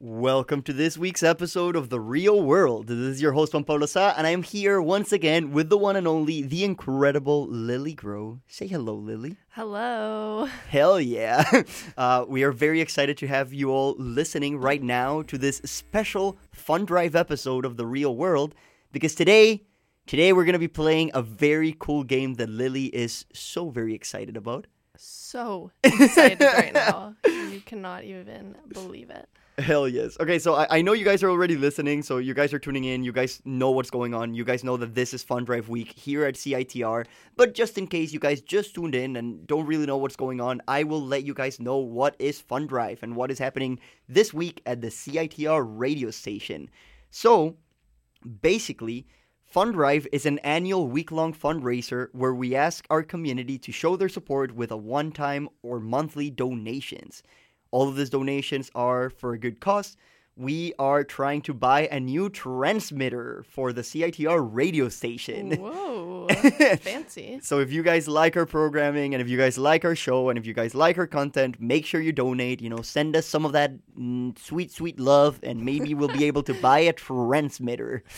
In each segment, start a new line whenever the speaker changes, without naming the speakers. Welcome to this week's episode of The Real World. This is your host, Juan Pablo Sa, and I am here once again with the one and only, the incredible Lily Grow. Say hello, Lily.
Hello.
Hell yeah. Uh, we are very excited to have you all listening right now to this special fun drive episode of The Real World because today, today we're going to be playing a very cool game that Lily is so very excited about.
So excited right now. You cannot even believe it.
Hell yes. Okay, so I, I know you guys are already listening, so you guys are tuning in. You guys know what's going on. You guys know that this is Fun Drive Week here at CITR. But just in case you guys just tuned in and don't really know what's going on, I will let you guys know what is Fun Drive and what is happening this week at the CITR radio station. So, Basically, Fund Drive is an annual week long fundraiser where we ask our community to show their support with a one time or monthly donations. All of these donations are for a good cause. We are trying to buy a new transmitter for the CITR radio station.
Whoa. Fancy.
So if you guys like our programming and if you guys like our show and if you guys like our content, make sure you donate. You know, send us some of that mm, sweet, sweet love, and maybe we'll be able to buy a transmitter.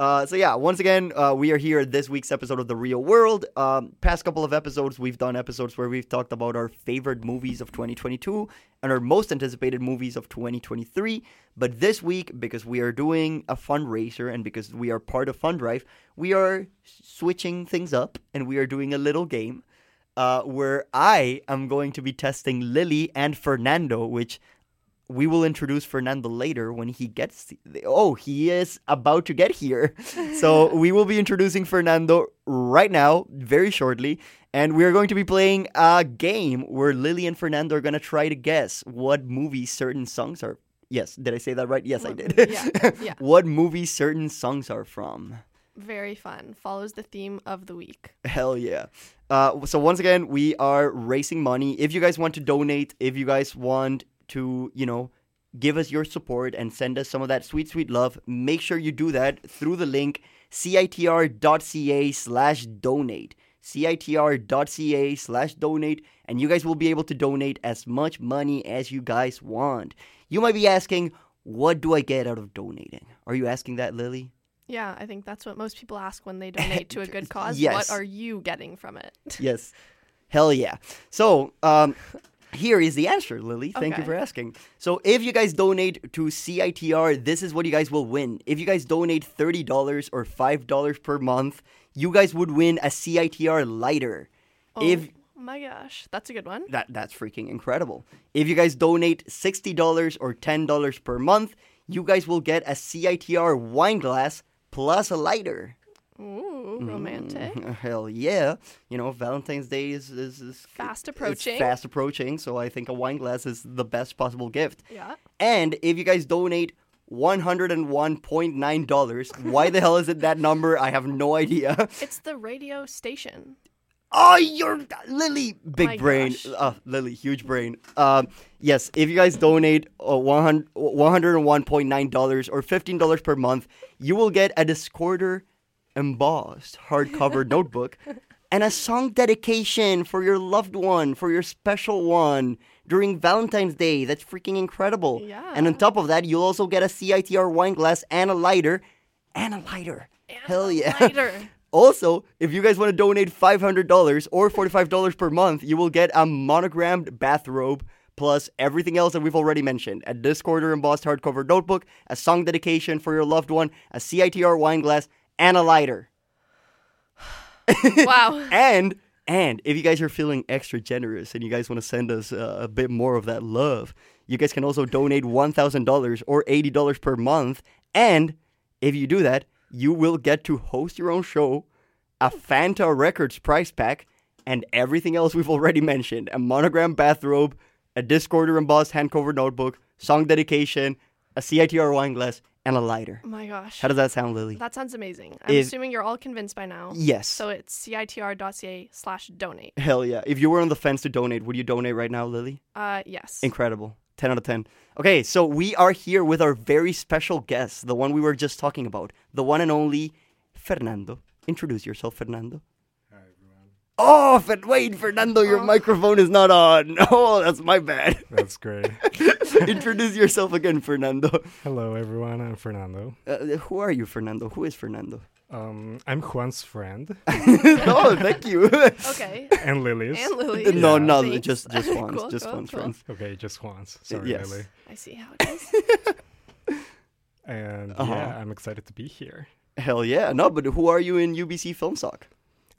Uh, so yeah, once again, uh, we are here at this week's episode of the Real World. Um, past couple of episodes, we've done episodes where we've talked about our favorite movies of 2022 and our most anticipated movies of 2023. But this week, because we are doing a fundraiser and because we are part of Fund Drive, we are switching things up and we are doing a little game uh, where I am going to be testing Lily and Fernando, which we will introduce Fernando later when he gets. Oh, he is about to get here. So we will be introducing Fernando right now, very shortly. And we are going to be playing a game where Lily and Fernando are going to try to guess what movie certain songs are. Yes, did I say that right? Yes, I
What
did.
movie- yeah, yeah.
what movie certain songs are from.
Very fun. Follows the theme of the week.
Hell yeah. Uh, so once again, we are raising money. If you guys want to donate, if you guys want to, you know, give us your support and send us some of that sweet, sweet love, make sure you do that through the link citr.ca slash donate. citr.ca slash donate, and you guys will be able to donate as much money as you guys want. You might be asking, what do I get out of donating? Are you asking that, Lily?
Yeah, I think that's what most people ask when they donate to a good cause.
Yes.
What are you getting from it?
yes. Hell yeah. So, um, here is the answer, Lily. Thank you
Okay.
for asking. So, if you guys donate to CITR, this is what you guys will win. If you guys donate $30 or $5 per month, you guys would win a CITR lighter.
Oh
If
my gosh. That's a good one.
that that's freaking incredible. If you guys donate $60 or $10 per month, you guys will get a CITR wine glass plus a lighter.
Ooh,
Mm-hmm.
romantic.
Hell yeah. You know, Valentine's Day is, is, is
Fast
is
approaching.
fast approaching, so I think a wine glass is the best possible gift.
Yeah.
And if you guys donate $101.9, why the hell is it that number? I have no idea.
It's the radio station.
Oh, you're Lily, big
Oh My
brain.
gosh.
Uh, Lily, huge brain. Um, yes, if you guys donate uh, 100 101.9 dollars or fifteen dollars per month, you will get a Discorder embossed hardcover notebook and a song dedication for your loved one, for your special one during Valentine's Day. That's freaking incredible. And on
Yeah.
top of that, you'll also get a CITR wine glass and a lighter, and a lighter. Hell yeah.
Lighter.
Also, if you guys want to donate $500 or $45 per month, you will get a monogrammed bathrobe plus everything else that we've already mentioned a Discord or embossed hardcover notebook, a song dedication for your loved one, a CITR wine glass, and a lighter.
wow.
And and if you guys are feeling extra generous and you guys want to send us uh, a bit more of that love, you guys can also donate $1,000 or $80 per month. And if you do that, you will get to host your own show, a Fanta Records prize pack, and everything else we've already mentioned a monogram bathrobe, a Discorder embossed handcover notebook, song dedication, a CITR wine glass, and a lighter.
My gosh.
How does that sound, Lily?
That sounds amazing. I'm
If-
assuming you're all convinced by now.
Yes.
So it's citr.ca slash donate.
Hell yeah. If you were on the fence to donate, would you donate right now, Lily?
Uh, yes.
Incredible. 10 out of 10. Okay, so we are here with our very special guest, the one we were just talking about, the one and only Fernando. Introduce yourself, Fernando.
Hi everyone.
off and wait, Fernando, your
Oh.
microphone is not on. Oh, that's my bad.
That's great.
Introduce yourself again, Fernando.
Hello, everyone. I'm Fernando.
Uh, who are you, Fernando? Who is Fernando?
Um, I'm Juan's friend
no, thank you.
Okay.
and Lily's.
And Lily.
no, no,
Thanks.
just just once,
Cool,
just
cool,
once,
cool.
friends.
okay, just Juan's. Sorry,
yes.
Lily.
I see how it is.
And
Uh-huh.
yeah, I'm excited to be here.
Hell yeah, no, but who are you in UBC Film Sock?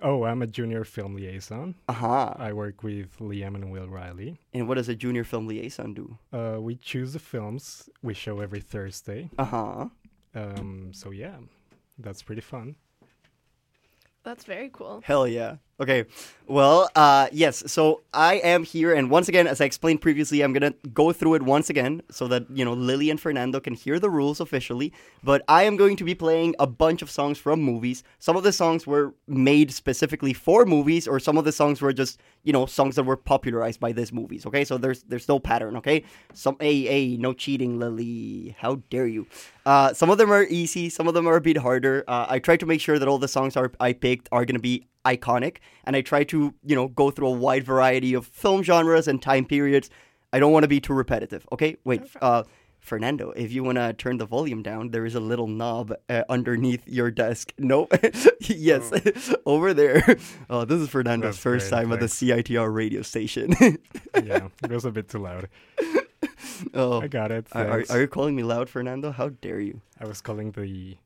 Oh, I'm a junior film liaison.
Aha.
I work with Liam and Will Riley.
Uh-huh. And what does a junior film liaison do?
Uh, we choose the films we show every Thursday.
Uh huh.
Um, so yeah, that's pretty fun.
That's very cool.
Hell yeah. Okay. Well, uh, yes. So I am here, and once again, as I explained previously, I'm gonna go through it once again so that you know Lily and Fernando can hear the rules officially. But I am going to be playing a bunch of songs from movies. Some of the songs were made specifically for movies, or some of the songs were just you know songs that were popularized by these movies. Okay, so there's there's no pattern. Okay, some a a no cheating, Lily. How dare you? Uh, some of them are easy, some of them are a bit harder. Uh, I try to make sure that all the songs are I picked are gonna be iconic, and I try to you know go through a wide variety of film genres and time periods. I don't want to be too repetitive. Okay, wait, uh, Fernando, if you wanna turn the volume down, there is a little knob uh, underneath your desk. No, yes, over there. Oh, this is Fernando's
That's
first
great,
time
thanks.
at the CITR radio station.
Yeah, it was a bit too loud.
oh.
I got it.
Are, are,
thanks.
are you calling me loud, Fernando? How dare you?
I was calling the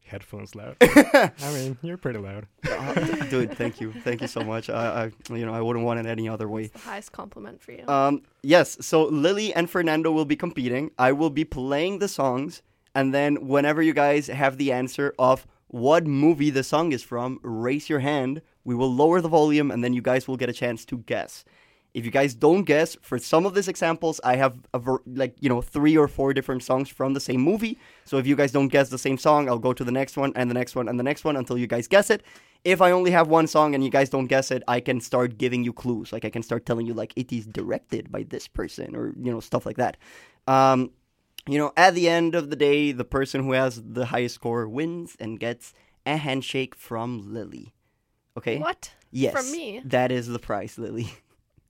headphones loud. I mean, you're pretty loud.
Uh, d- dude, thank you, thank you so much. I, I, you know, I wouldn't want it any other way.
The highest compliment for you.
Um, yes. So Lily and Fernando will be competing. I will be playing the songs, and then whenever you guys have the answer of what movie the song is from, raise your hand. We will lower the volume, and then you guys will get a chance to guess. If you guys don't guess, for some of these examples, I have a ver- like you know three or four different songs from the same movie. So if you guys don't guess the same song, I'll go to the next one and the next one and the next one until you guys guess it. If I only have one song and you guys don't guess it, I can start giving you clues. Like I can start telling you like it is directed by this person or you know stuff like that. Um, you know, at the end of the day, the person who has the highest score wins and gets a handshake from Lily. Okay.
what?
Yes.
From me?
That is the prize, Lily.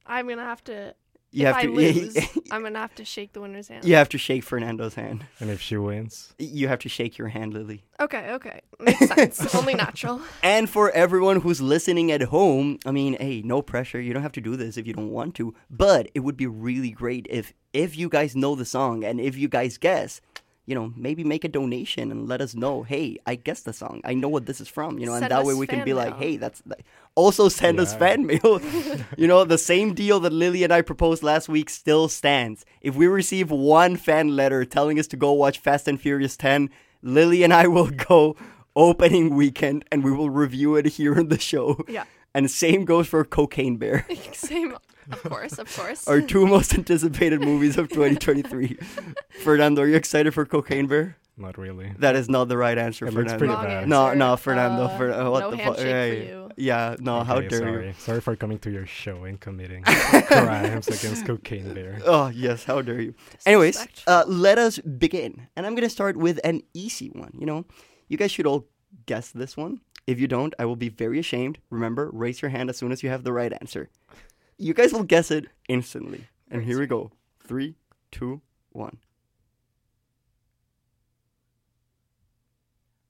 I'm gonna have to.
You have
if I
to.
lose, I'm gonna have to shake the winner's hand.
You have to shake Fernando's hand.
And if she wins,
You have to shake your hand, Lily.
Okay. Okay. Makes sense. Only natural.
And for everyone who's listening at home, I mean, hey, no pressure. You don't have to do this if you don't want to. But it would be really great if if you guys know the song and if you guys guess, you know, maybe make a donation and let us know, hey, I guess the song. I know what this is from, you know, and
Send
that
us
way we can
fan
be like,
mail.
hey, that's th- also send us
Yeah.
fan mail. you know, the same deal that Lily and I proposed last week still stands. If we receive one fan letter telling us to go watch Fast and Furious 10, Lily and I will go opening weekend and we will review it here in the show.
Yeah.
And same goes for Cocaine Bear,
Same. Of course. Of course.
our two most anticipated movies of 2023. Fernando, are you excited for Cocaine Bear?
not really.
That is not the right answer,
It looks
Fernando.
pretty
Wrong
bad.
No,
answer.
no, Fernando.
Uh,
Fer- uh, what
no
the fuck?
handshake
Hey.
for you.
Yeah, no, how
Okay,
dare
sorry.
you?
Sorry for coming to your show and committing crimes against cocaine bear.
Oh, yes, how dare you? Anyways,
Disrespectful.
uh, let us begin. And I'm going to start with an easy one. You know, you guys should all guess this one. If you don't, I will be very ashamed. Remember, raise your hand as soon as you have the right answer. You guys will guess it instantly. And here we go. Three, two, one.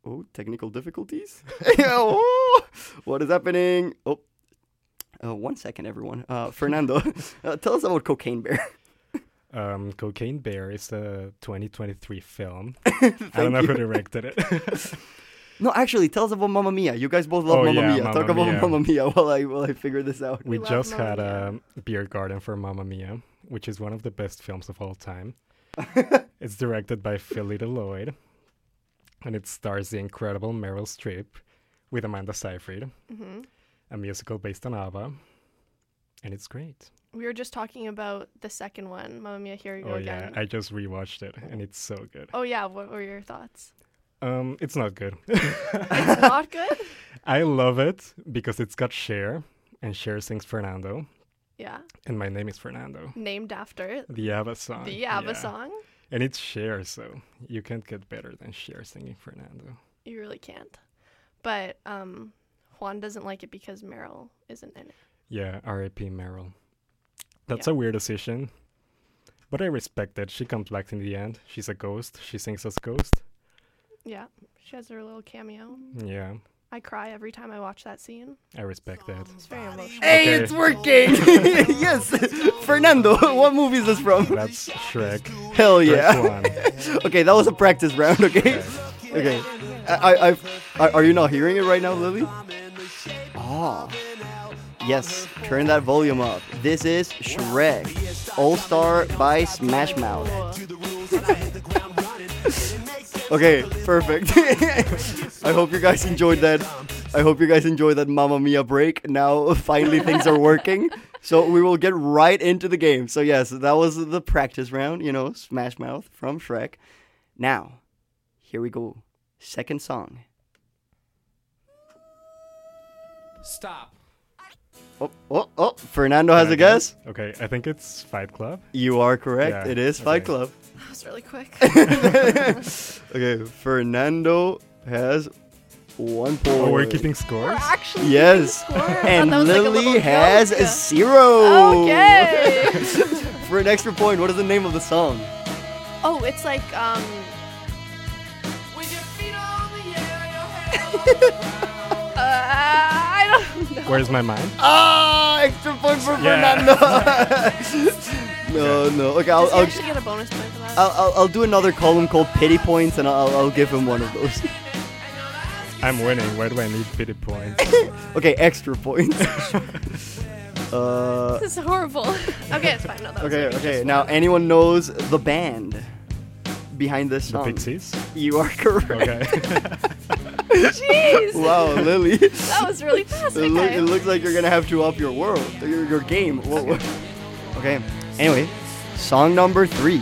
Oh, technical difficulties. oh, what is happening? Oh, uh, one second, everyone. Uh, Fernando, uh, tell us about Cocaine Bear.
Um, cocaine bear is a 2023 film. I
Thank
don't know
you.
who directed it.
No, actually, tell us about Mamma Mia. You guys both love
Oh,
Mamma
yeah,
Mia. Talk
Mamma
about
Mia.
Mamma Mia while I while I figure this out.
we
love
just
Mamma
had
Mia.
a beer garden for Mamma Mia, which is one of the best films of all time. it's directed by Philly Lloyd, and it stars the incredible Meryl Streep with Amanda Seyfried,
hmm
a musical based on ABBA, and it's great.
We were just talking about the second one, Mamma Mia. Here we go
Oh yeah,
again.
I just rewatched it, and it's so good.
Oh yeah. What were your thoughts?
Um, it's not good.
It's not good.
I love it because it's got Cher, and Cher sings Fernando,
Yeah.
and my name is Fernando.
Named after
The ABBA song.
the ABBA
yeah.
song.
And it's Cher, so you can't get better than Cher singing Fernando.
You really can't. But um, Juan doesn't like it because Meryl isn't in it.
Yeah, R.A.P. Meryl. That's a weird decision, but I respect it. She comes back in the end. She's a ghost. She sings as ghost.
Yeah, she has her little cameo.
Yeah,
I cry every time I watch that scene.
I respect that.
It's very emotional.
Hey,
Okay.
it's working! yes! Fernando, what movie is this from?
That's Shrek.
Hell
First
yeah.
one.
okay, that was a practice round, okay? Okay. I, I, I've- I, are you not hearing it right now, Lily? Ah. Yes, turn that volume up. This is Shrek, All Star by Smash Mouth. Okay, perfect. I hope you guys enjoyed that. I hope you guys enjoyed that Mamma Mia break. Now finally things are working. So we will get right into the game. So yes, that was the practice round, you know, Smash Mouth from Shrek. Now, here we go. Second song.
Stop.
Oh, oh, oh, Fernando has a guess.
Okay, I think it's Fight Club.
You are correct.
Yeah,
it is Fight
okay.
Club.
That was really quick.
Okay, Fernando has one point.
Oh, we're keeping scores.
Actually,
Yes.
score. I thought
And
that was like a
Lily
little
has
joke.
a zero.
Okay.
For an extra point, what is the name of the song?
oh, it's like um. Uh, I don't know.
Where's my mind?
Ah, extra point for
Yeah.
Fernando. no, no. Okay, I'll,
Does he
I'll,
actually get a bonus point for that?
I'll, I'll, I'll do another column called pity points, and I'll, I'll give him one of those.
I'm winning. Why do I need pity points?
Okay, extra points. uh,
This is horrible. okay, it's fine. No, that was
okay,
okay.
okay. Now, anyone knows the band behind this
The
song?
Pixies.
You are correct.
Okay.
Jeez.
Wow, Lily. it,
That was really fast. Okay.
look, it looks like you're gonna have to up your world, your, your game. Whoa, whoa. Okay. Anyway, song number three.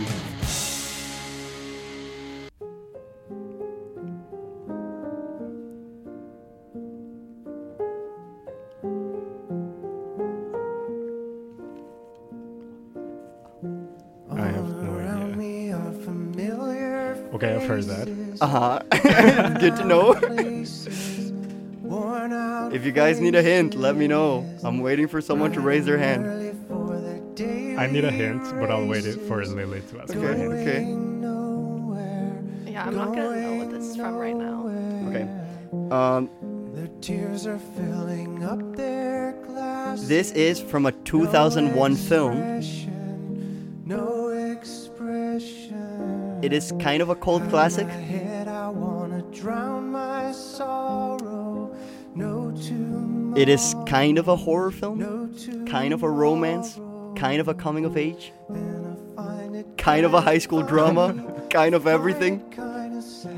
I have no idea.
We are familiar
Okay, I've heard that.
Uh huh. Good to know.
faces, worn out
If you guys need a hint, let me know. I'm waiting for someone to raise their hand.
early for the day.
I need a hint, but I'll wait it for Lily to ask for a
Okay,
hint.
okay,
Nowhere,
yeah, I'm not gonna know what this is from right now.
okay. Um,
the tears are filling up their glass.
This is from a 2001 film.
Expression, no expression.
It is kind of a cult classic.
Head, I wanna drown my sorrow. No tomorrow,
It is kind of a horror film,
no tomorrow.
kind of a romance, kind of a coming of age,
And I find it
kind of a high school drama, kind of everything.
kinda sad.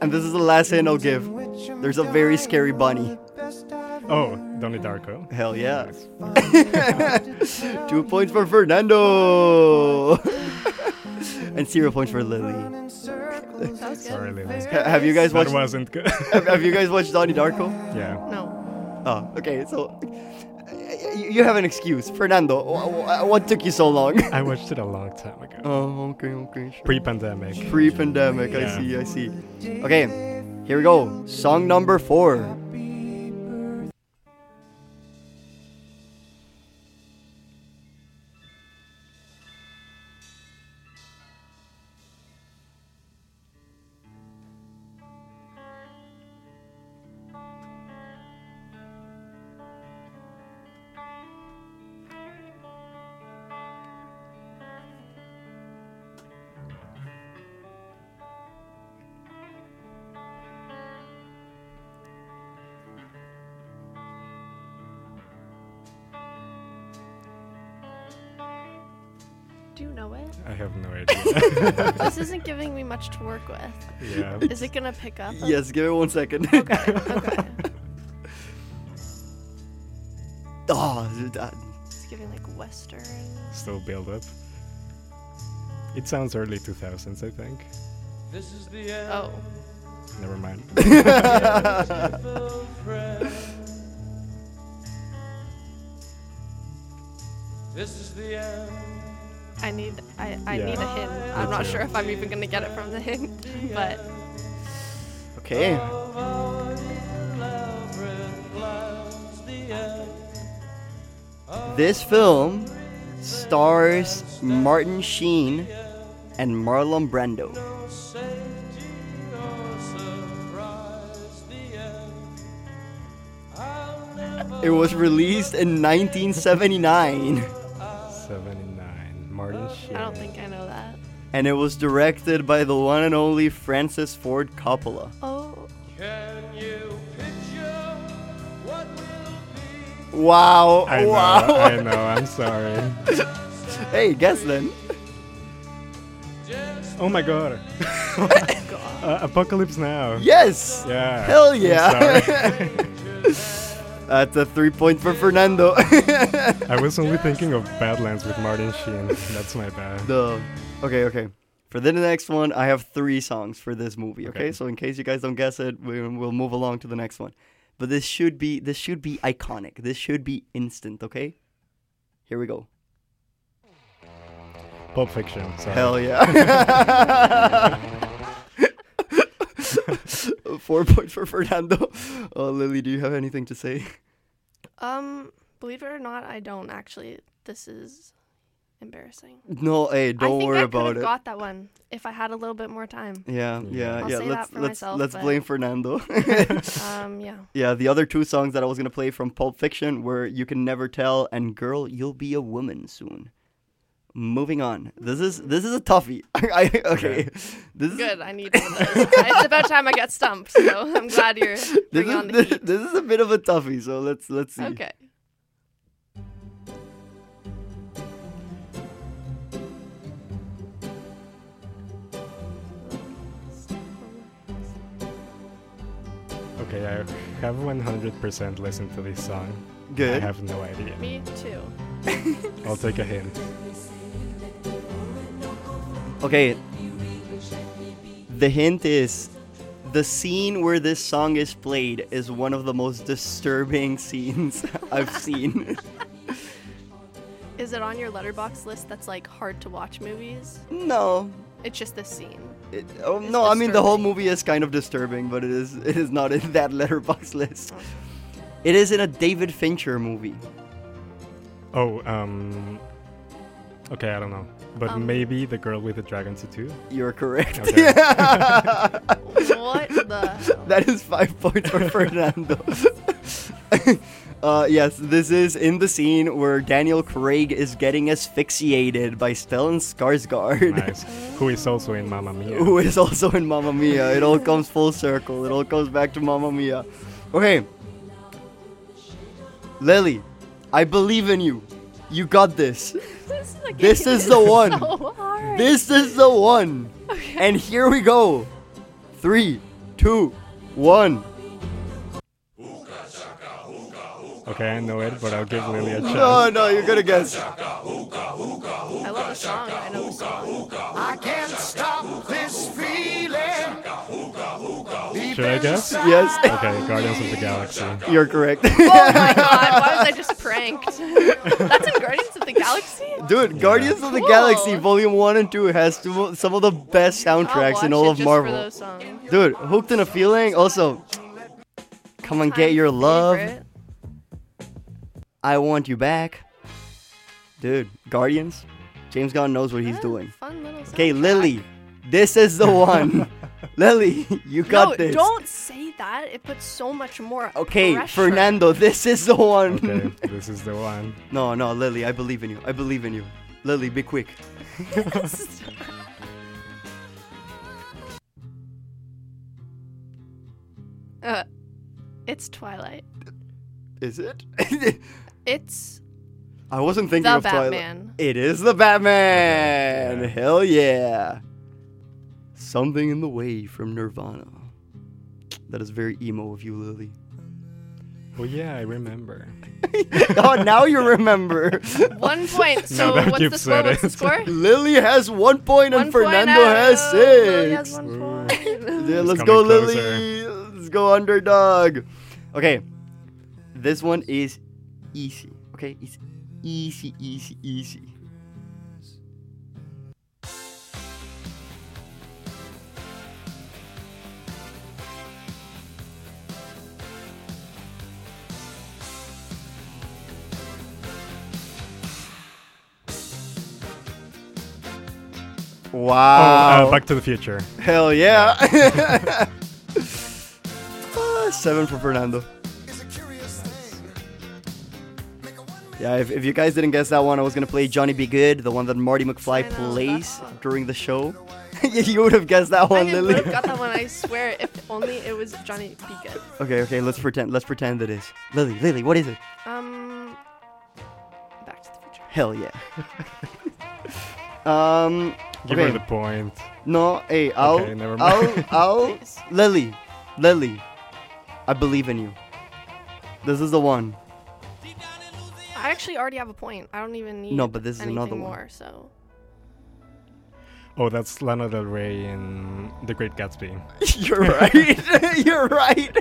And this is the last hint I'll give.
Which I'm
There's a very
dying
scary
for
bunny.
the best I've
Oh, Donnie Darko.
Hell yeah.
ever
Two points for Fernando! and zero points for
run
Lily.
in circles.
That was good.
Sorry, Lily.
Ha- Have you guys
That
watched?
wasn't good.
Have have you guys watched Donnie Darko?
yeah.
No.
Oh, okay. So y- y- you have an excuse, Fernando. wh- wh- What took you so long?
I watched it a long time ago.
Oh, okay, okay. sure.
Pre pandemic.
Pre-pandemic, I
Yeah.
see, I see. Okay, here we go. Song number four.
Do you know it?
I have no idea.
This isn't giving me much to work with.
yeah.
Is it gonna pick up?
Yes, give it one second.
Okay.
oh, that-
It's giving like western.
Still build up. It sounds early 2000s, I think.
This is the end
Oh.
Never mind.
of friends. This is the end.
I need I, I
Yeah.
need a hint. I'm not
too.
sure if I'm even gonna get it from the hint, but
okay.
of our love reflects the end
This film stars Martin Sheen and Marlon Brando. It was released in 1979
79. Martin Sheen.
I don't think I know that.
and it was directed by the one and only Francis Ford Coppola.
Oh,
Can you picture what will be?
Wow.
I know,
wow.
I know, I'm sorry.
hey, guess then.
Oh my god. uh, Apocalypse Now.
Yes.
Yeah.
Hell
I'm
yeah.
sorry.
That's a three point for Fernando.
I was only thinking of Badlands with Martin Sheen. That's my bad.
the okay okay for the next one i have three songs for this movie okay,
Okay.
so in case you guys don't guess it we, we'll move along to the next one but this should be this should be iconic this should be instant okay here we go
Pulp Fiction. Sorry.
hell yeah four points for fernando oh lily do you have anything to say
um, believe it or not, I don't actually. This is embarrassing.
no hey
I
don't
think
worry
I
about
have
it
got that one if I had a little bit more time.
yeah yeah
I'll
yeah
say that
let's
for
let's
myself,
let's
but-
blame fernando
Um, yeah.
Yeah, the other two songs that I was gonna play from Pulp Fiction were "You Can Never Tell" and "Girl, You'll Be a Woman Soon." Moving on. This is this is a toughie. I, I- okay, this is
Good. I need one of those. it's about time I got stumped. So I'm glad you're
this
bringing on
is
the
this,
heat.
this is a bit of a toughie. So let's let's see.
Okay.
Okay, I have 100% listened to this song. I
Good.
have no idea.
Me too.
I'll take a hint.
Okay. The hint is the scene where this song is played is one of the most disturbing scenes I've seen.
Is it on your letterbox list that's like hard to watch movies?
no,
It's just this scene.
It, oh,
It's
no, I mean the whole
disturbing.
movie is kind of disturbing, but it is it is not in that letterbox list. It is in a David Fincher movie.
Oh, um. Okay, I don't know. But
Um.
maybe The Girl with the Dragon Tattoo?
You're correct.
Okay.
What the hell?
that is five points for Fernando. uh, yes, this is in the scene where Daniel Craig is getting asphyxiated by Stellan Skarsgård.
Nice. Who is also in Mamma Mia.
who is also in Mamma Mia. It all comes full circle. It all comes back to Mamma Mia. Okay. Lily, I believe in you. You got this.
This, fucking
This is the one.
So hard.
This is the one. And here we go. Three, two, one.
Okay, I know it, but I'll give Lily a chance.
No, Oh, no, you're gonna guess.
I love the song. I know the song.
I can't stop this feeling.
Should I guess?
Yes,
Okay, Guardians of the Galaxy.
you're correct.
Oh my god, why was I just pranked? That's in Guardians of the Galaxy?
Dude, Guardians of the
Cool.
Galaxy Volume 1 and 2 has two, some of the best
I'll
soundtracks
watch
in all
it
of
just
Marvel.
For those songs.
Dude, hooked in a feeling. Also, come and
My
get your love.
favorite.
I want you back. Dude, Guardians. James Gunn knows what he's
Ah,
doing.
Fun little song.
Okay, Lily, this is the one. Lily, you got
no,
this.
don't say that. It puts so much more.
Okay,
pressure.
Fernando, this is the one.
Okay, this is the one.
No, no, Lily, I believe in you. I believe in you. Lily, be quick.
Uh, it's Twilight.
Is it?
It's
I wasn't thinking
the
of Twilight.
Batman.
It is the Batman.
Okay, yeah.
Hell yeah. Something in the way from Nirvana. That is very emo of you, Lily.
Oh, yeah, I remember.
oh, now you remember.
One point. So
that
what's the
you've
score?
said
What's the
it.
score?
Lily has one point and
One point
Fernando
out.
has
Lily has
six.
one point.
Yeah,
He's
let's
coming
go,
closer.
Lily. Let's go, underdog. Okay, this one is easy. Okay, it's easy, easy, easy. Wow.
Uh, Back to the Future.
Hell yeah. Ah, seven for Fernando. Yeah, if, if you guys didn't guess that one, I was gonna play Johnny Be Good, the one that Marty McFly
I know,
plays
that's-
during the show. you would have guessed that
I
one,
would
Lily.
have got that one. I swear, if only it was Johnny Be Good.
Okay, okay, let's pretend. Let's pretend it is. Lily, Lily, what is it?
Um, Back to the Future.
Hell yeah. um.
Give
okay.
her the point.
No, hey, I'll,
Okay, never
I'll,
mind.
I'll,
Please.
Lily, Lily, I believe in you. This is the one.
I actually already have a point. I don't even need.
No, but this is another
anything
one.
more. So
Oh, that's Lana Del Rey in The Great Gatsby.
You're right. You're right.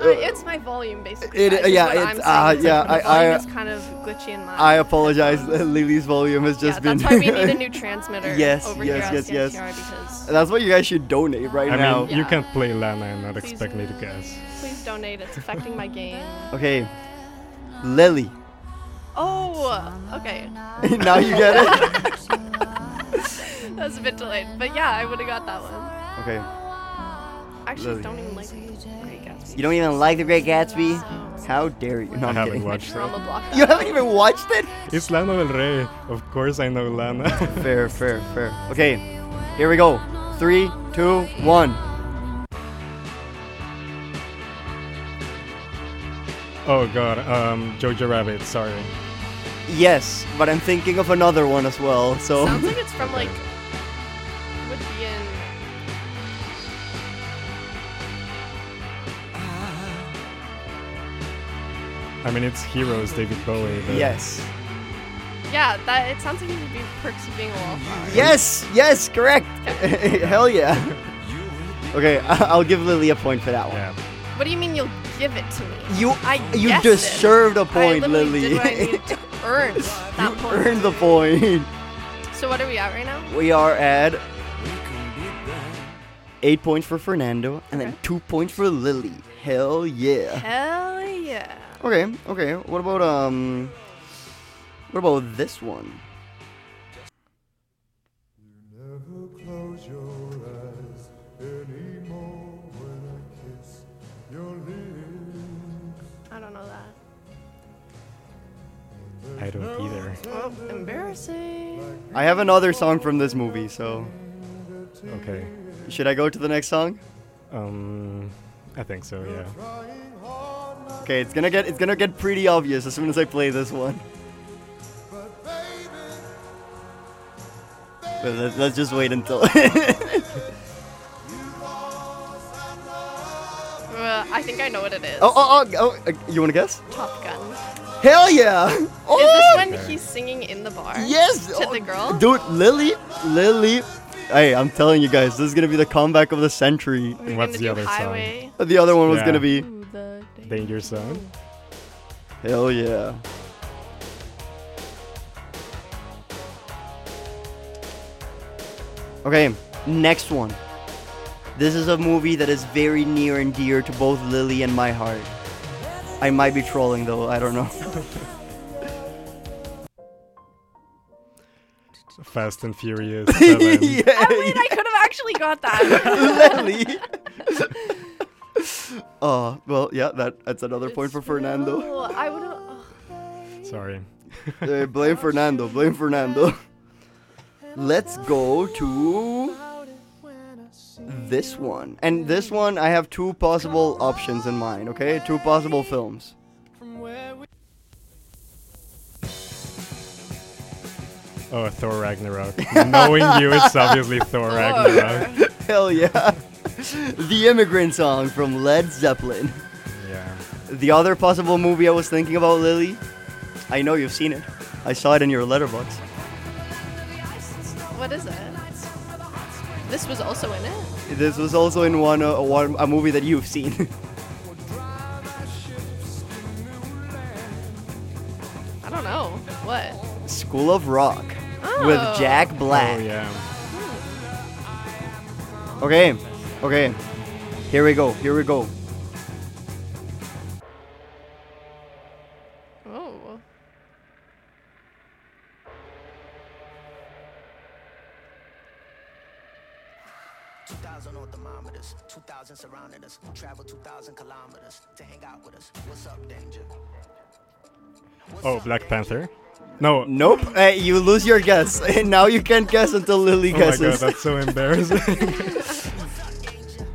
Uh, it's my volume, basically.
It-
That's just
yeah,
what
it's-
I'm saying,
uh,
is
yeah,
that the
I-
volume
I-
is kind of glitchy in my.
I apologize. Lily's volume has
yeah,
just been.
that's why we need a new transmitter.
Yes,
over
yes,
here
yes, yes.
on CNTR Because
That's what you guys should donate right
I
now.
mean, you
Yeah.
can't play Lana and not
Please.
expect me to guess.
please donate. It's affecting my game.
Okay, Lily.
Oh, okay.
now you get it.
That's a bit delayed, but yeah, I would have got that one.
Okay, Lily.
Actually, don't even like Great Gatsby.
you don't even like The Great Gatsby. How dare you? No,
I
I'm
haven't
kidding.
watched it.
Drama block.
You haven't even watched it.
It's Lana Del Rey. Of course, I know Lana.
Fair, fair, fair. Okay, here we go. Three, two, one.
oh God, um, Jojo Rabbit. Sorry.
Yes, but I'm thinking of another one as well. So
Sounds like it's from like would be in
I mean, it's Heroes, David Bowie. But
yes,
yeah that it sounds like it would be perks of being a wallflower.
yes, yes, correct. Hell yeah. Okay, I- I'll give Lily a point for that one.
Yeah.
What do you mean you'll give it to me?
You,
I
you
guessed it.
deserved a point,
I
Lily.
literally did what I needed to earn that point.
Earned the point.
So what are we at right now?
We are at eight points for Fernando and then two points for Lily. Hell yeah.
Hell yeah.
Okay, okay. What about um what about this one?
I don't know that.
I don't either.
Well, embarrassing.
I have another song from this movie, so
Okay.
should I go to the next song?
Um, I think so. Yeah.
Okay, it's gonna get it's gonna get pretty obvious as soon as I play this one. But let, let's just wait until.
Uh, I think I know what it is.
Oh, oh, oh, oh, uh, you wanna guess?
Top Gun.
Hell yeah! Oh,
Is this when
Okay.
he's singing in the bar?
yes! Oh,
To the girl?
Dude, Lily, Lily. Hey, I'm telling you guys, this is gonna be the comeback of the century.
We're
What's
gonna
the
do
other song?
highway.
The other one was
Yeah.
gonna be
Ooh, the day.
Danger Zone.
Hell yeah. Okay, next one. This is a movie that is very near and dear to both Lily and my heart. I might be trolling though, I don't know.
Fast and Furious. Seven.
yeah,
Oh wait, I could have actually got that.
Lily. Oh, well, yeah, that, that's another point for Fernando.
Oh, I would have.
Sorry.
Uh, blame Fernando, blame Fernando. Let's go to this one. And this one, I have two possible options in mind, okay? Two possible films.
Oh, Thor Ragnarok. Knowing you, it's obviously Thor Ragnarok.
Hell yeah. the Immigrant Song from Led Zeppelin.
Yeah.
The other possible movie I was thinking about, Lily, I know you've seen it. I saw it in your letterbox.
What is it? This was also in it.
This was also in one, uh, one a movie that you've seen.
I don't know. What?
School of Rock with
Oh.
Jack Black.
Oh yeah.
Okay, okay. Here we go, here we go.
Oh.
2,000 on thermometers, 2,000 surrounding us. Travel 2,000 kilometers to hang out with us. What's up, danger? What's
Oh,
up,
Black
danger?
Panther. No. Oh
Nope. Uh, you lose your guess. And now you can't guess until Lily
my god,
guesses.
that's so embarrassing.
What's up, danger?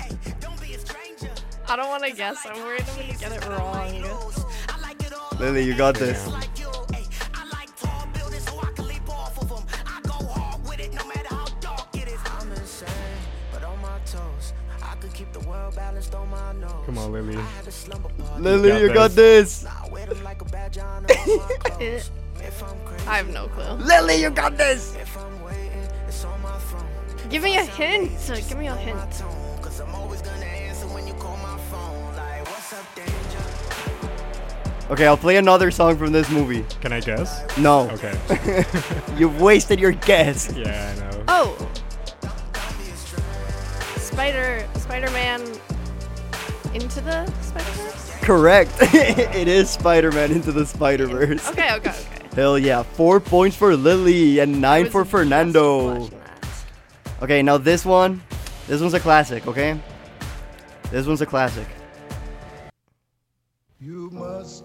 Ay, don't be a stranger.
I don't want to guess. I'm worried I'm gonna get it wrong.
I like it all
Lily, you got this.
like you. Ay, I like tall buildings so I can leap off of 'em. I go hard with it no matter how dark it is. I'm insane, but on my toes. I could keep the world balanced on my nose.
Come on, Lily.
I had a slumber party.
Lily,
got
you got this.
I wear them like a badge on all my clothes.
It-
If I'm crazy,
I have no clue.
Lily, you got this.
if I'm waiting, it's on my phone.
Give me a hint. Give me a hint.
tone, Cause I'm always gonna answer when you call my phone. Like, what's up, danger?
Okay, I'll play another song from this movie.
Can I guess?
No.
Okay.
You've wasted your guess.
Yeah, I know.
Oh. Spider Spider-Man into the Spider-Verse?
Correct. it is Spider Man Into the Spider Verse.
Okay, okay, okay.
Hell yeah. Four points for Lily and
I
nine
was
for
just
Fernando.
watching that.
Okay, now this one. This one's a classic, okay? This one's a classic.
You must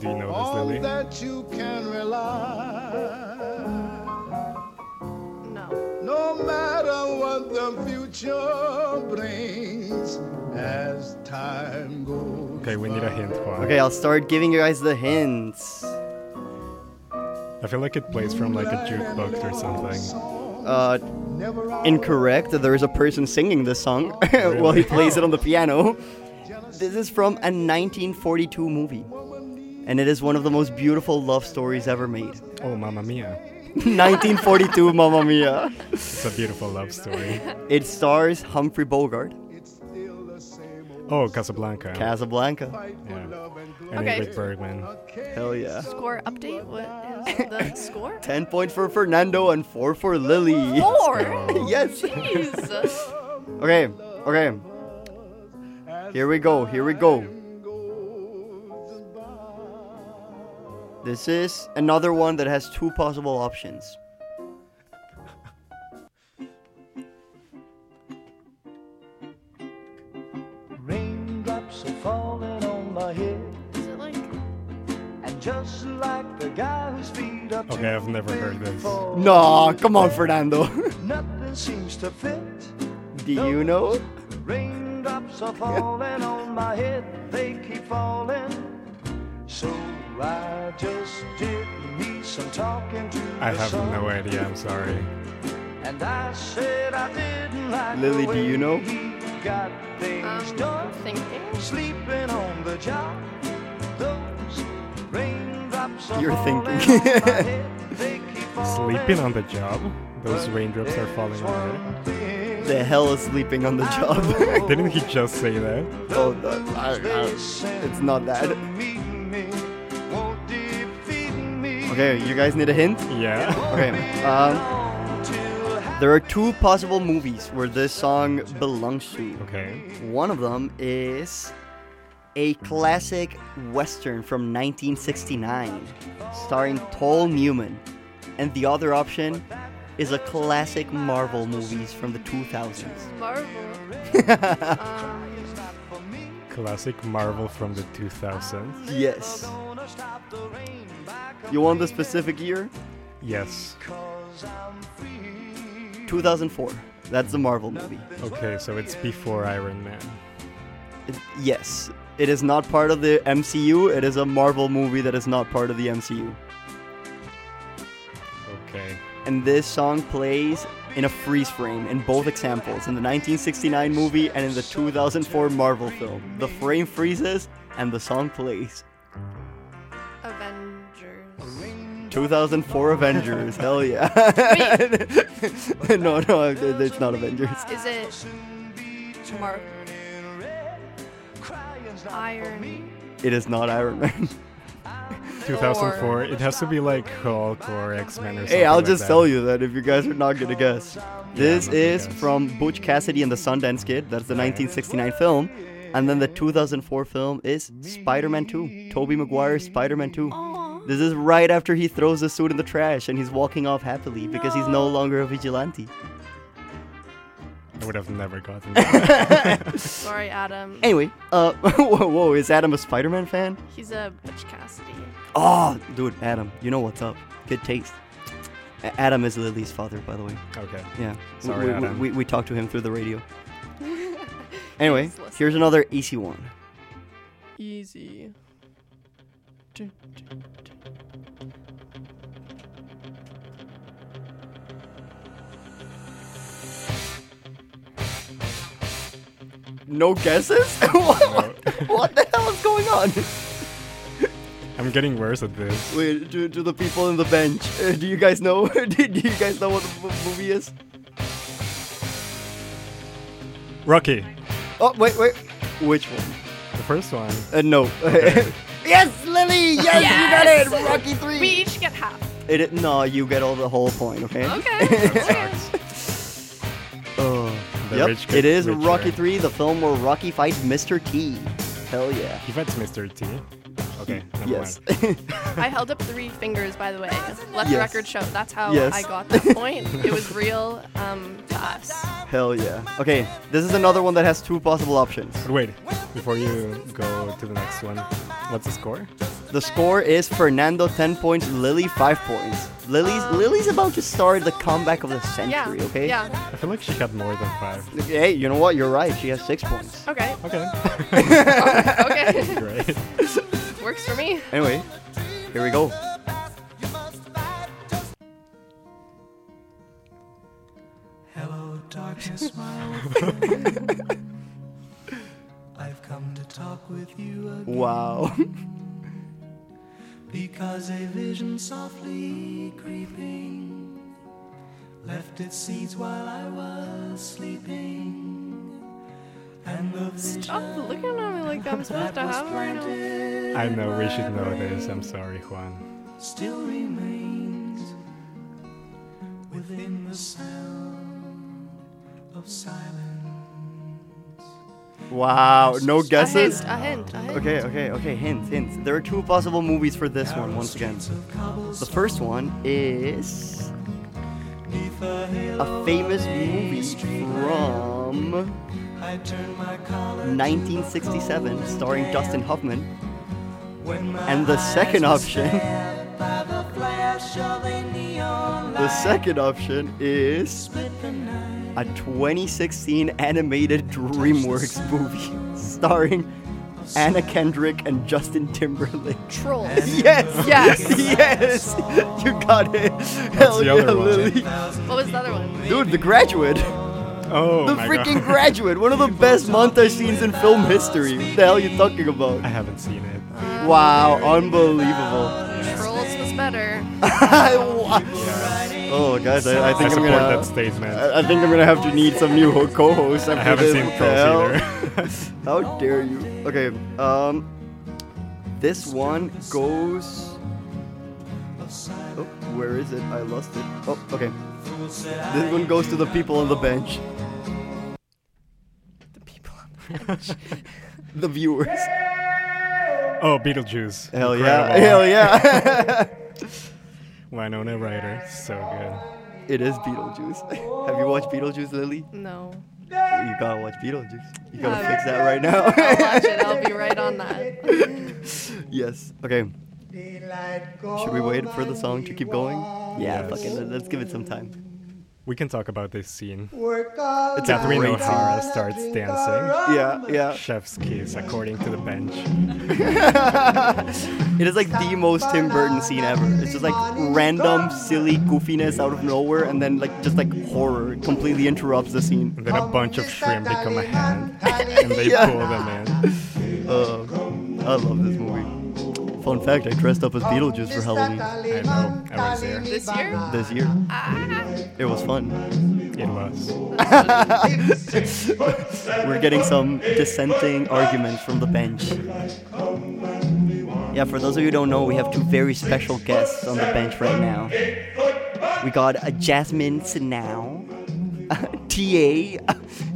Do you know this,
On
Lily?
that you can rely.
No.
No matter what the future brings as time goes.
Okay, we need a hint. Juan.
Okay, I'll start giving you guys the hints.
I feel like it plays from like a jukebox or something.
Uh,
Never out
incorrect. There is a person singing this song while he plays it on the piano. This is from a 1942 movie, and it is one of the most beautiful love stories ever made.
Oh, Mamma Mia.
1942, Mamma Mia.
It's a beautiful love story.
It stars Humphrey Bogart,
still the same old
Oh, Casablanca.
Casablanca.
fight for
Yeah.
love and glory.
and
Okay.
Ingrid Bergman.
Hell yeah.
Score update? What is the score?
10 points for Fernando and 4 for Lily.
Four.
Yes.
Jeez.
Okay, okay. Here we go, here we go. This is another one that has two possible options.
Raindrops are falling on my head,
Is it like
and just like the guy whose feet are
Okay, I've never heard this.
tall,
No, come on, Fernando.
nothing seems to fit.
Do you know?
Raindrops are falling on my head, they keep falling. So I just did me some talking to
I
the
have
sun,
no idea. I'm sorry.
and I said I didn't like
Lily,
the
do you
way
know?
he got things
um,
done.
thinking?
Sleeping on the job. Those raindrops are
You're
falling
thinking.
on my head. They keep
Sleeping on the job. Those raindrops are falling on my head.
the
The hell is sleeping on the job?
Didn't he just say that?
oh, no, I, I, it's not that. Okay, you guys need a hint?
Yeah.
Okay, um, there are two possible movies where this song belongs to.
Okay.
One of them is a classic western from 1969, starring Paul Newman, and the other option is a classic Marvel movies from the 2000s.
Marvel.
Classic Marvel from the 2000s.
Yes. You want the specific year?
Yes.
2004. That's the Marvel movie.
Okay, so it's before Iron Man.
It- yes. It is not part of the MCU. It is a Marvel movie that is not part of the MCU.
Okay.
and this song plays in a freeze frame in both examples in the 1969 movie and in the 2004 Marvel film. The frame freezes and the song plays.
Avengers.
2004 Avengers, hell yeah. no, no, it- it's not Avengers.
Is it Mark
turning red. Crying's not for
Iron.
me.
It is not Iron Man.
2004. It has to be like Hulk or X Men or something.
hey, I'll
like
just
that.
tell you that if you guys are not gonna guess. This
not gonna
is
guess.
from Butch Cassidy and the Sundance Kid. That's the 1969 film. And then the 2004 film is Spider Man 2. Tobey Maguire's Spider Man 2.
Aw.
This is right after he throws the suit in the trash and he's walking off happily because he's no longer a vigilante.
I would have never gotten that.
Sorry, Adam.
Anyway, uh, whoa, whoa, is Adam a Spider Man fan?
He's a Butch Cassidy.
Oh, dude, Adam, you know what's up. Good taste. A- Adam is Lily's father, by the way.
okay.
Yeah. We-
Sorry,
we,
Adam.
We, we, talked to him through the radio. anyway,
He's listening.
here's another easy one.
Easy.
No guesses? what, what the hell is going on?
I'm getting worse at this.
Wait, to, to the people in the bench, uh, do you guys know? do, do you guys know what the mo- movie is?
Rocky,
Oh, wait, wait. Which one?
the first one.
Uh, no.
Okay.
yes, Lily! Yes,
Yes!
you got it! Rocky 3!
We each get half.
It, it- no, you get all the whole point, okay?
Okay. okay.
Oh,
The
yep,
rich
it
gets
is Rocky
richer.
3, the film where Rocky fights Mr. T. Hell yeah.
He fights Mr. T. Okay. Never
Yes.
Mind.
I held up three fingers, by the way. Let the
Yes.
record show. That's how
Yes.
I got that point. It was real um, to us.
Hell yeah. Okay, this is another one that has two possible options.
But wait, before you go to the next one, what's the score?
The score is Fernando 10 points, Lily 5 points. Lily's Lily's about to start the comeback of the
Um, Yeah.
century, okay?
Yeah.
I feel like she had more than five.
Hey, you know what? You're right. She has 6 points.
Okay.
Okay.
Okay.
Great.
Works for me.
Anyway, here we go.
Hello, darkness, my old friend. I've come to talk with you again
Wow.
because a vision softly creeping left its seeds while I was sleeping, and the vision
Stop looking Oh, at me like I'm supposed to have it right now.
I know we should know this. I'm sorry, Juan.
still remains within the sound of silence.
Wow. No
A
guesses?
hint. A hint. A hint.
Okay, okay, okay. Hint, hint. There are two possible movies for this one, once again. The first one is. A famous movie from
I turn my collar
1967, starring Dustin Hoffman. And the second option. The second option is a 2016 animated DreamWorks movie starring Anna Kendrick and Justin Timberlake.
Trolls.
Yes!
Yes.
Yes! You got it! Hell
the
yeah,
other one?
Lily!
What was the other one?
Dude, The Graduate!
Oh
The
my
freaking
god.
Graduate! One of the best montage scenes in film history. What the hell are you talking about?
I haven't seen it.
Wow, unbelievable.
Trolls was better.
Wow.
Yeah.
oh, guys, I, I
I
think I am
support
gonna.
that statement.
I I think I'm gonna have to need some new ho- co-hosts.
I haven't seen Trolls either.
How dare you? Okay, um, this one goes. Oh, where is it? I lost it. Oh, okay. This one goes to the people on the bench,
The people.
the viewers.
oh, Beetlejuice.
Hell yeah!
Incredible.
Hell yeah!
Winona Ryder. So good.
it is Beetlejuice. have you watched Beetlejuice, Lily?
No.
You gotta watch Beetlejuice. You gotta
Yeah.
fix that right now.
I'll watch it. I'll be right on that.
Yes. Okay. Should we wait for the song to keep going? Yeah,
Yes.
fucking let- let's give it some time.
We can talk about this scene.
It's
Catherine
a great song.
O'Hara starts dancing.
Yeah, yeah.
Chef's kiss, according to the bench.
It is like the most Tim Burton scene ever. It's just like random, silly goofiness out of nowhere, and then like just like horror It completely interrupts the scene.
And then a bunch of shrimp become a hand, and they
Yeah.
pull them in.
Uh, I love this movie. Fun fact: I dressed up as Beetlejuice for Halloween
I know, I was there.
This year?
this year. It was fun.
It was.
We're getting some dissenting arguments from the bench. Yeah, for those of you who don't know, we have two very special guests on the bench right now. We got uh, Jasmine Sinao, TA,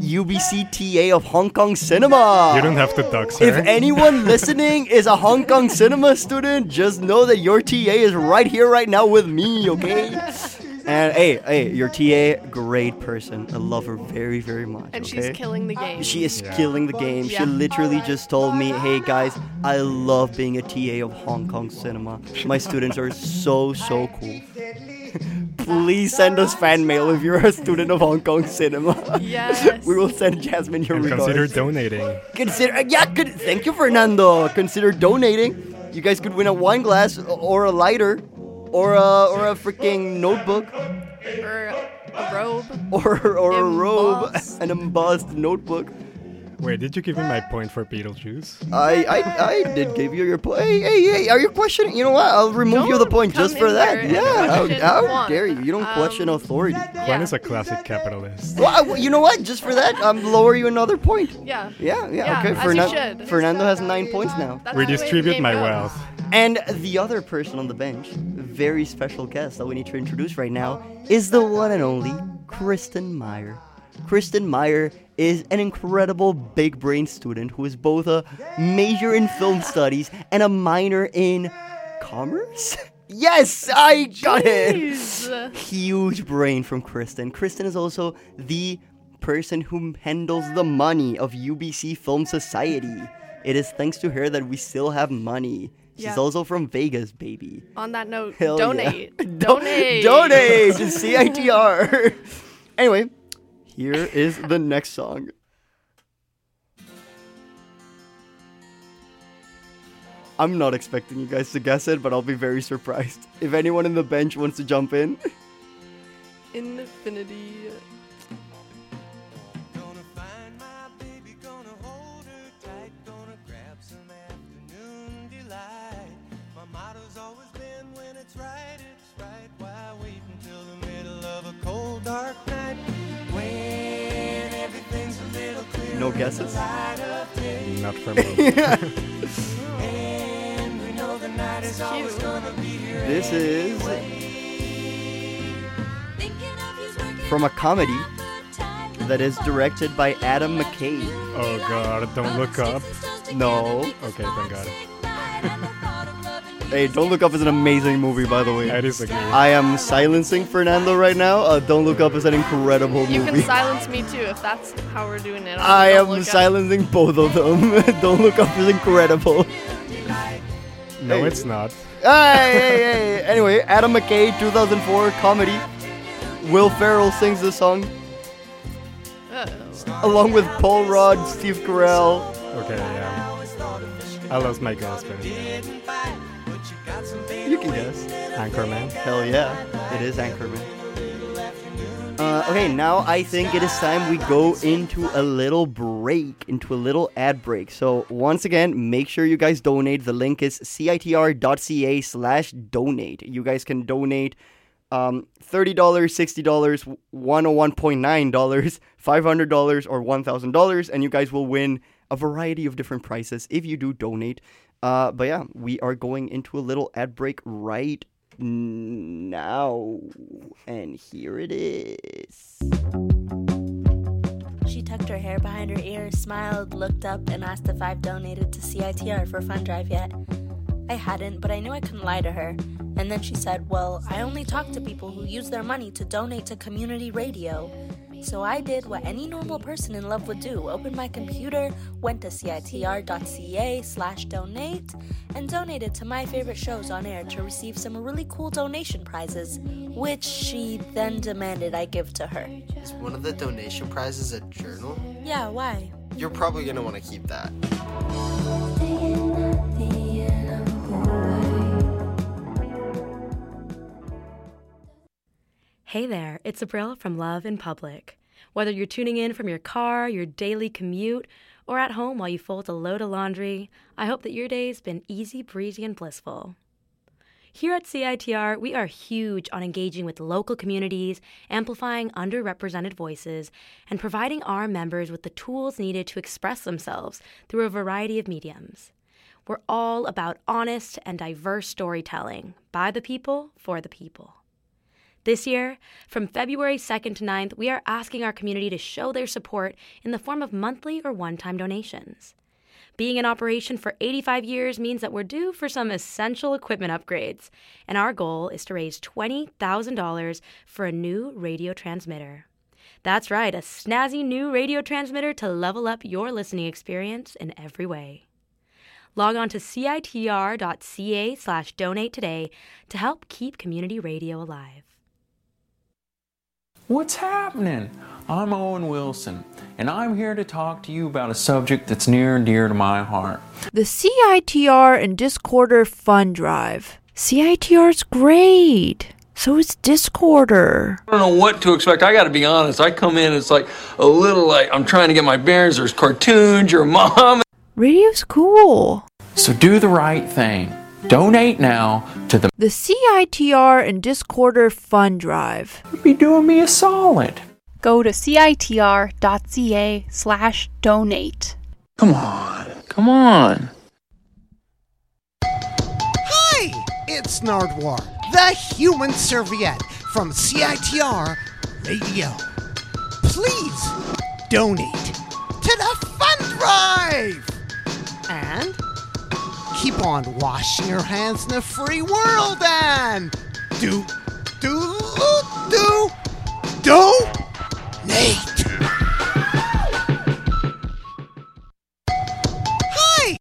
UBC TA of Hong Kong Cinema.
You don't have to duck,
If
sir.
anyone listening is a Hong Kong cinema student, just know that your TA is right here, right now with me, okay? And hey, hey, your TA, great person. I love her very, very much.
And
okay?
she's killing the game.
She is
Yeah.
killing the game. She
Yeah.
literally just told me, hey guys, I love being a TA of Hong Kong cinema. My students are so, so cool. Please send us fan mail if you're a student of Hong Kong cinema.
Yes.
we will send Jasmine your
And
regards.
consider donating.
Consider, uh, yeah, good. Thank you, Fernando. Consider donating. You guys could win a wine glass or a lighter, or a or a freaking notebook,
Or a robe.
or or a robe,
Embossed.
an embossed notebook.
Wait, did you give me my point for Beetlejuice?
I I, I did give you your point. Hey, hey, hey, are you questioning? You know what? I'll remove you the
Don't
point
come
just for
in
that.
here and
Yeah,
question
how, how
Juan.
dare you? You don't question
Um,
authority.
Juan is a classic capitalist.
Well, I- you know what? Just for that, I'm lower you another point.
Yeah.
Yeah, yeah,
Yeah,
okay.
as you
Fernan-
should.
Fernando has nine points now.
That's the way the
Redistribute
game
my
goes.
wealth.
And the other person on the bench, very special guest that we need to introduce right now, is the one and only Kristen Meyer. Kristen Meyer is an incredible big brain student who is both a major in film studies and a minor in commerce? Yes, I got
Jeez.
it! Huge brain from Kristen. Kristen is also the person who handles the money of UBC Film Society. It is thanks to her that we still have money. She's
Yeah.
also from Vegas, baby.
On that note,
Hell yeah.
donate.
Don-
donate.
Donate to CITR. anyway, here is the next song. I'm not expecting you guys to guess it, but I'll be very surprised. If anyone in the bench wants to jump in,
Infinity.
Gonna find my baby, gonna hold her tight, gonna grab some afternoon delight. My motto's always been when it's right, it's right. Why wait until the middle of a cold, dark night when everything's a little clearer
no guesses.
light of day?
Not for me.
And we know the night is always
Cute.
gonna be here.
This is
From a comedy that is directed by Adam McKay.
Oh god, don't look up.
No.
Okay, thank God.
Hey, Don't Look Up is an amazing movie, by the
I
way.
disagree.
I am silencing Fernando right now. Uh, Don't Look Up is an incredible
You
movie.
can silence me too if that's how we're doing it. I'll
I am
look up.
silencing both of them. Don't Look Up is incredible.
No, it's not.
hey, hey, hey. Anyway, Adam McKay, 2004 comedy. Will Ferrell sings the song
Uh-oh.
along with Paul Rudd, Steve Carell.
Okay, yeah. I lost my guess, but yeah.
You can guess.
Anchorman.
Hell yeah, it is Anchorman. Uh, okay, now I think it is time we go into a little break, into a little ad break. So once again, make sure you guys donate. The link is citr.ca slash donate. You guys can donate um, $30, $60, $101.9, $500, or $1,000, and you guys will win a variety of different prizes if you do donate. Uh, but yeah, we are going into a little ad break right now. And here it is.
She tucked her hair behind her ear, smiled, looked up, and asked if I've donated to CITR for Fun Drive yet. I hadn't, but I knew I couldn't lie to her. And then she said, Well, I only talk to people who use their money to donate to community radio. So I did what any normal person in love would do opened my computer, went to citr.ca slash donate, and donated to my favorite shows on air to receive some really cool donation prizes, which she then demanded I give to her.
Is one of the donation prizes a journal?
Yeah, why?
You're probably gonna want to keep that.
Hey there, it's Abril from Love in Public. Whether you're tuning in from your car, your daily commute, or at home while you fold a load of laundry, I hope that your day's been easy, breezy, and blissful.
Here at CITR, we are huge on engaging with local communities, amplifying underrepresented voices, and providing our members with the tools needed to express themselves through a variety of mediums. We're all about honest and diverse storytelling by the people, for the people. This year, from February 2nd to 9th, we are asking our community to show their support in the form of monthly or one time donations. Being in operation for 85 years means that we're due for some essential equipment upgrades, and our goal is to raise $20,000 for a new radio transmitter. That's right, a snazzy new radio transmitter to level up your listening experience in every way. Log on to citr.ca slash donate today to help keep community radio alive.
What's happening? I'm Owen Wilson, and I'm here to talk to you about a subject that's near and dear to my heart.
The CITR and Discorder Fun Drive. CITR's great. So is Discorder.
I don't know what to expect. I got to be honest. I come in, it's like a little like I'm trying to get my bearings. There's cartoons, your mom.
Radio's cool.
So do the right thing. Donate now to the
The CITR and Discorder Fun Drive.
You'd be doing me a solid.
Go to citr.ca slash donate.
Come on, come on.
Hi, it's Nardwar, the human serviette from CITR Radio. Please donate to the fun drive and keep on washing your hands in the free world and do do do do donate. Hi,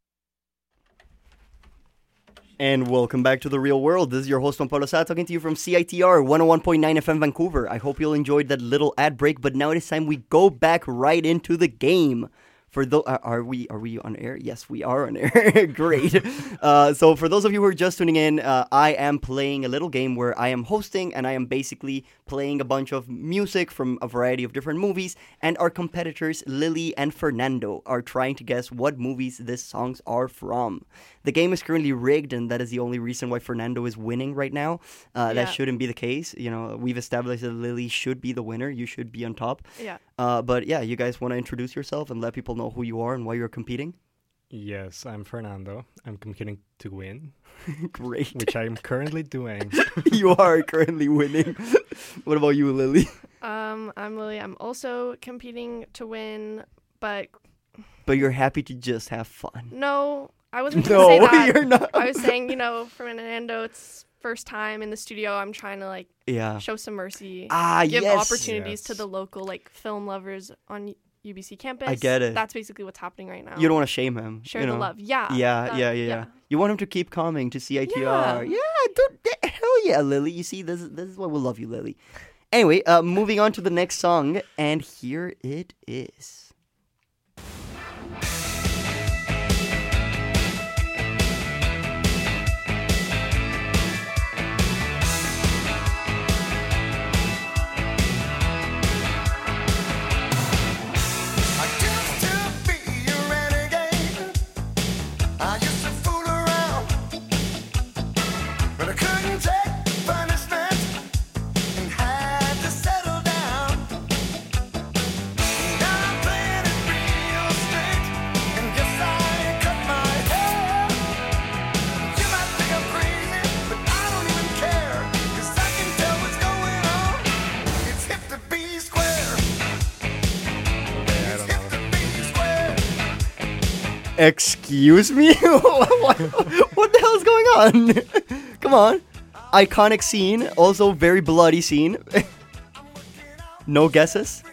And welcome back to the real world. This is your host Juan Pablo Sa talking to you from CITR 101.9 FM Vancouver. I hope you'll enjoyed that little ad break, but now it is time we go back right into the game. For those, are, are we are we on air? Yes, we are on air. Great. Uh, so for those of you who are just tuning in, uh, I am playing a little game where I am hosting and I am basically playing a bunch of music from a variety of different movies, and our competitors Lily and Fernando are trying to guess what movies these songs are from. The game is currently rigged, and that is the only reason why Fernando is winning right now. Uh,
Yeah.
That shouldn't be the case. You know, we've established that Lily should be the winner. You should be on top.
Yeah.
Uh, but yeah, you guys want to introduce yourself and let people know who you are and why you're competing?
Yes, I'm Fernando. I'm competing to win.
Great.
Which I am currently doing.
you are currently winning. what about you, Lily?
Um, I'm Lily. I'm also competing to win, but
But you're happy to just have fun.
no, I wasn't going to
No,
say that.
you're not.
I was saying, you know, for Fernando, it's first time in the studio. I'm trying to like
Yeah.
show some mercy.
Ah,
give
yes.
opportunities to
Yes.
the local like film lovers on UBC campus.
I get it.
That's basically what's happening right now.
You don't want to shame him.
Share
you
the
know?
love. Yeah,
Yeah,
that-
yeah, yeah,
yeah.
You want him to keep coming to CITR. Yeah, dude, yeah, hell yeah, Lily. You see, this is, this is why we love you, Lily. Anyway, uh, moving on to the next song, and here it is. Excuse me? what, what the hell's going on? Come on. Iconic scene, also very bloody scene. no guesses?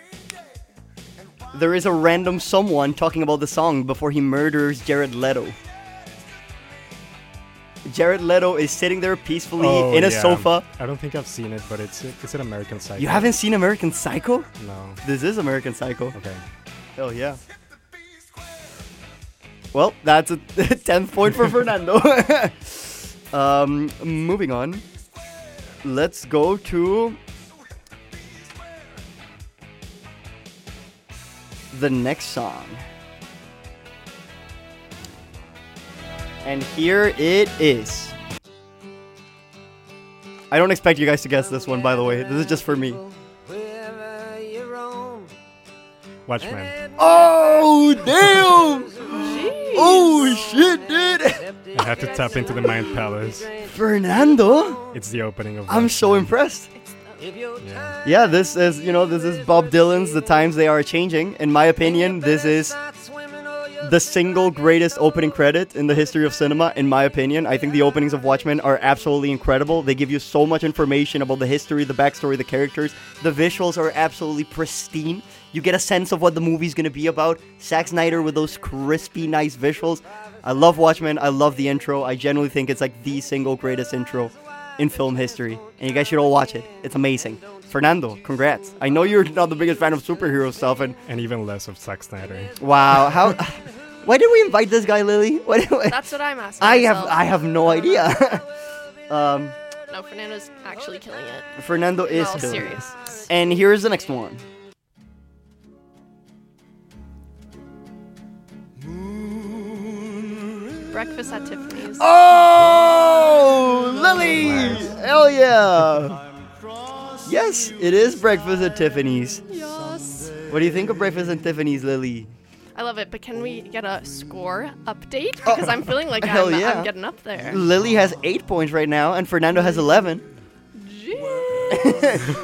There is a random someone talking about the song before he murders Jared Leto. Jared Leto is sitting there peacefully
Oh,
in a
yeah.
sofa.
I don't think I've seen it, but it's it's an American Psycho.
You haven't seen American Psycho?
No.
This is American Psycho.
Okay.
Hell yeah. Well, that's a 10th point for Fernando. um, moving on. Let's go to the next song. And here it is. I don't expect you guys to guess this one, by the way. This is just for me.
Watchmen.
Oh damn! Oh shit, dude!
I had to tap into the mind palace.
Fernando,
It's the opening of.
I'm so impressed.
Yeah.
Yeah, this is you know this is Bob Dylan's "The Times They Are Changing." In my opinion, this is the single greatest opening credit in the history of cinema. In my opinion, I think the openings of Watchmen are absolutely incredible. They give you so much information about the history, the backstory, the characters. The visuals are absolutely pristine. You get a sense of what the movie's gonna be about. Zack Snyder with those crispy, nice visuals. I love Watchmen. I love the intro. I genuinely think it's like the single greatest intro in film history, and you guys should all watch it. It's amazing. Fernando, congrats. I know you're not the biggest fan of superhero stuff, and
and even less of Zack Snyder.
Wow, how? why did we invite this guy, Lily? Why did we-
That's what I'm asking.
I have
myself.
I have no idea. um,
No, Fernando's actually killing it.
Fernando is
No,
killing it.
serious.
And here's the next one.
Breakfast at Tiffany's.
Oh, Lily! Hell yeah! Yes, it is breakfast at Tiffany's.
Yes.
What do you think of breakfast at Tiffany's, Lily?
I love it, but can we get a score update? Because I'm feeling like
Oh. Hell
I'm,
yeah.
I'm getting up there.
Lily has eight points right now, and Fernando has eleven.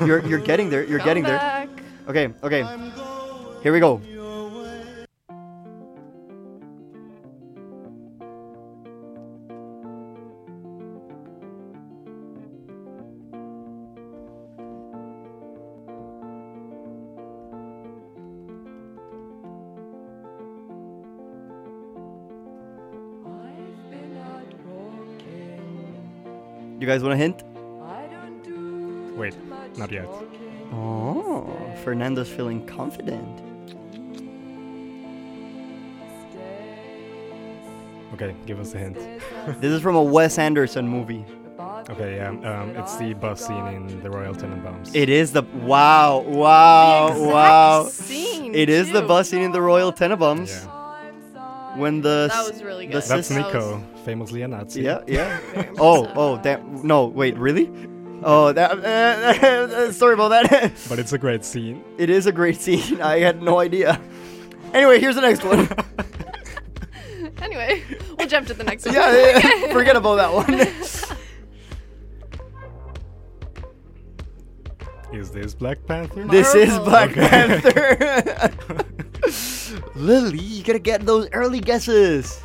you're you're getting there. You're
Come
getting
back.
there. Okay, okay. Here we go. You guys want a hint?
Wait, not yet.
Oh, Fernando's feeling confident.
Okay, give us a hint.
this is from a Wes Anderson movie.
Okay, yeah, um, it's the bus scene in The Royal Tenenbaums.
It is the wow, wow,
exact
wow.
scene,
it is the
too.
bus scene in the Royal Tenenbaums. When the
That
s-
was really
the
good.
sis-
That's Nico, famously a Nazi.
Yeah, yeah. oh, oh, damn. No, wait, really? Oh, that. uh, sorry about that.
But it's a great scene.
It is a great scene. I had no idea. Anyway, here's the next one.
anyway, we'll jump to the next one.
yeah, yeah, yeah.
Okay.
forget about that one.
Is this Black Panther?
This is Black
Okay.
Panther. Lily, you gotta get those early guesses.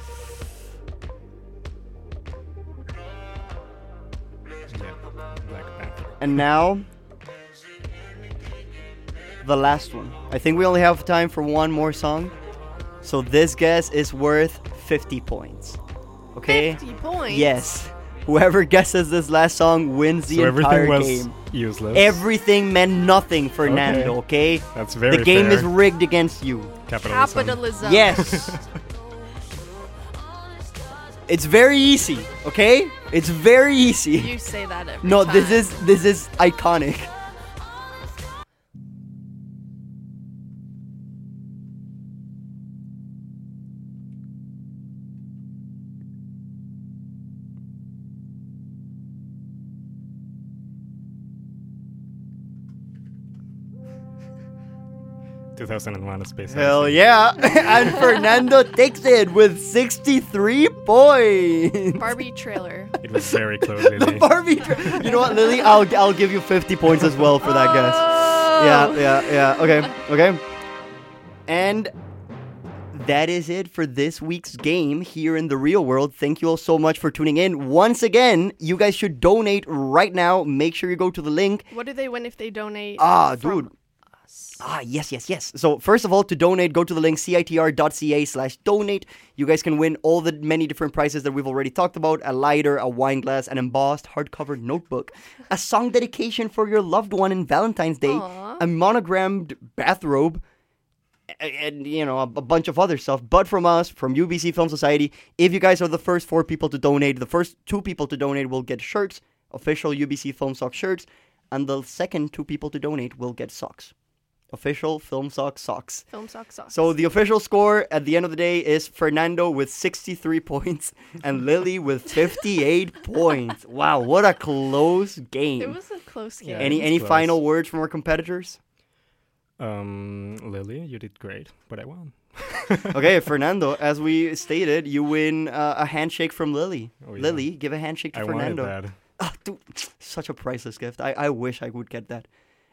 And now, the last one. I think we only have time for one more song. So this guess is worth 50 points. Okay?
50 points?
Yes. Whoever guesses this last song wins the
So everything
entire
was
game.
useless?
Everything meant nothing, Fernando, okay?
That's very
The game
fair.
is rigged against you.
Capitalism.
Capitalism.
Yes. it's very easy, okay? It's very easy.
You say that every
No, this
time.
is this is iconic.
Panther. 2001 A Space
Hell
Odyssey.
yeah. and Fernando takes it with 63 points.
Barbie trailer.
It was very close, Lily.
Barbie tra- You know what, Lily? I'll I'll give you 50 points as well for that guess. Yeah, yeah, yeah. Okay. Okay. And that is it for this week's game here in the real world. Thank you all so much for tuning in. Once again, you guys should donate right now. Make sure you go to the link
What do they win if they donate?
Ah, dude. Ah, yes, yes, yes. So, first of all, to donate, go to the link citr.ca slash donate. You guys can win all the many different prizes that we've already talked about a lighter, a wine glass, an embossed hardcover notebook, a song dedication for your loved one in Valentine's Day, a monogrammed bathrobe, and you know a, a bunch of other stuff but from us from ubc film society if you guys are the first four people to donate the first two people to donate will get shirts official ubc film sock shirts and the second two people to donate will get socks Official Film Sock Socks.
Film sock socks.
So the official score at the end of the day is Fernando with 63 points and Lily with 58 points. Wow, what a close game.
it was a close game.
Yeah, it
any
was
any
close.
final words from our competitors?
Um, Lily, you did great, but I won.
okay, Fernando, as we stated, you win uh, a handshake from Lily.
Oh, yeah.
Lily, give a handshake to
I wanted
Fernando.
that.
Ah, dude, such a priceless gift. I, I wish I would get that.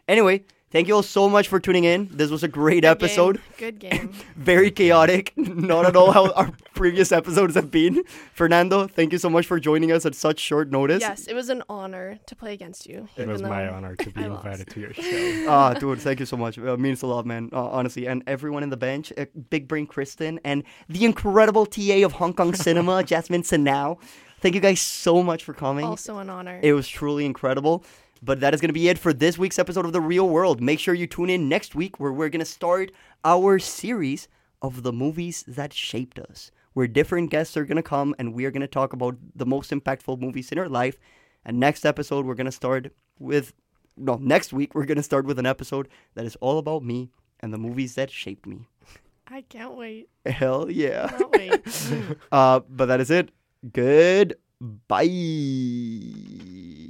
Anyway, thank you all so much for tuning in. This was a great
Good game.
episode.
Good game.
Very chaotic. Not at all how our previous episodes have been. Fernando, thank you so much for joining us at such short notice.
yes, it was an honor to play against you.
It
even
was my
though
honor to be
I lost.
invited to your show.
Ah, dude, thank you so much. It means a lot, man. Uh, honestly, and everyone in the bench, uh, Big Brain Kristen, and the incredible TA of Hong Kong cinema, Jasmine Sanao. Thank you guys so much for coming.
Also an honor.
It was truly incredible. But that is going to be it for this week's episode of The Real World. Make sure you tune in next week where we're going to start our series of the movies that shaped us, where different guests are going to come and we are going to talk about the most impactful movies in our life. And next episode, we're going to start with, no, next week, we're going to start with an episode that is all about me and the movies that shaped me.
I can't wait.
Hell yeah.
Cannot wait.
uh, but that is it. Good. Bye.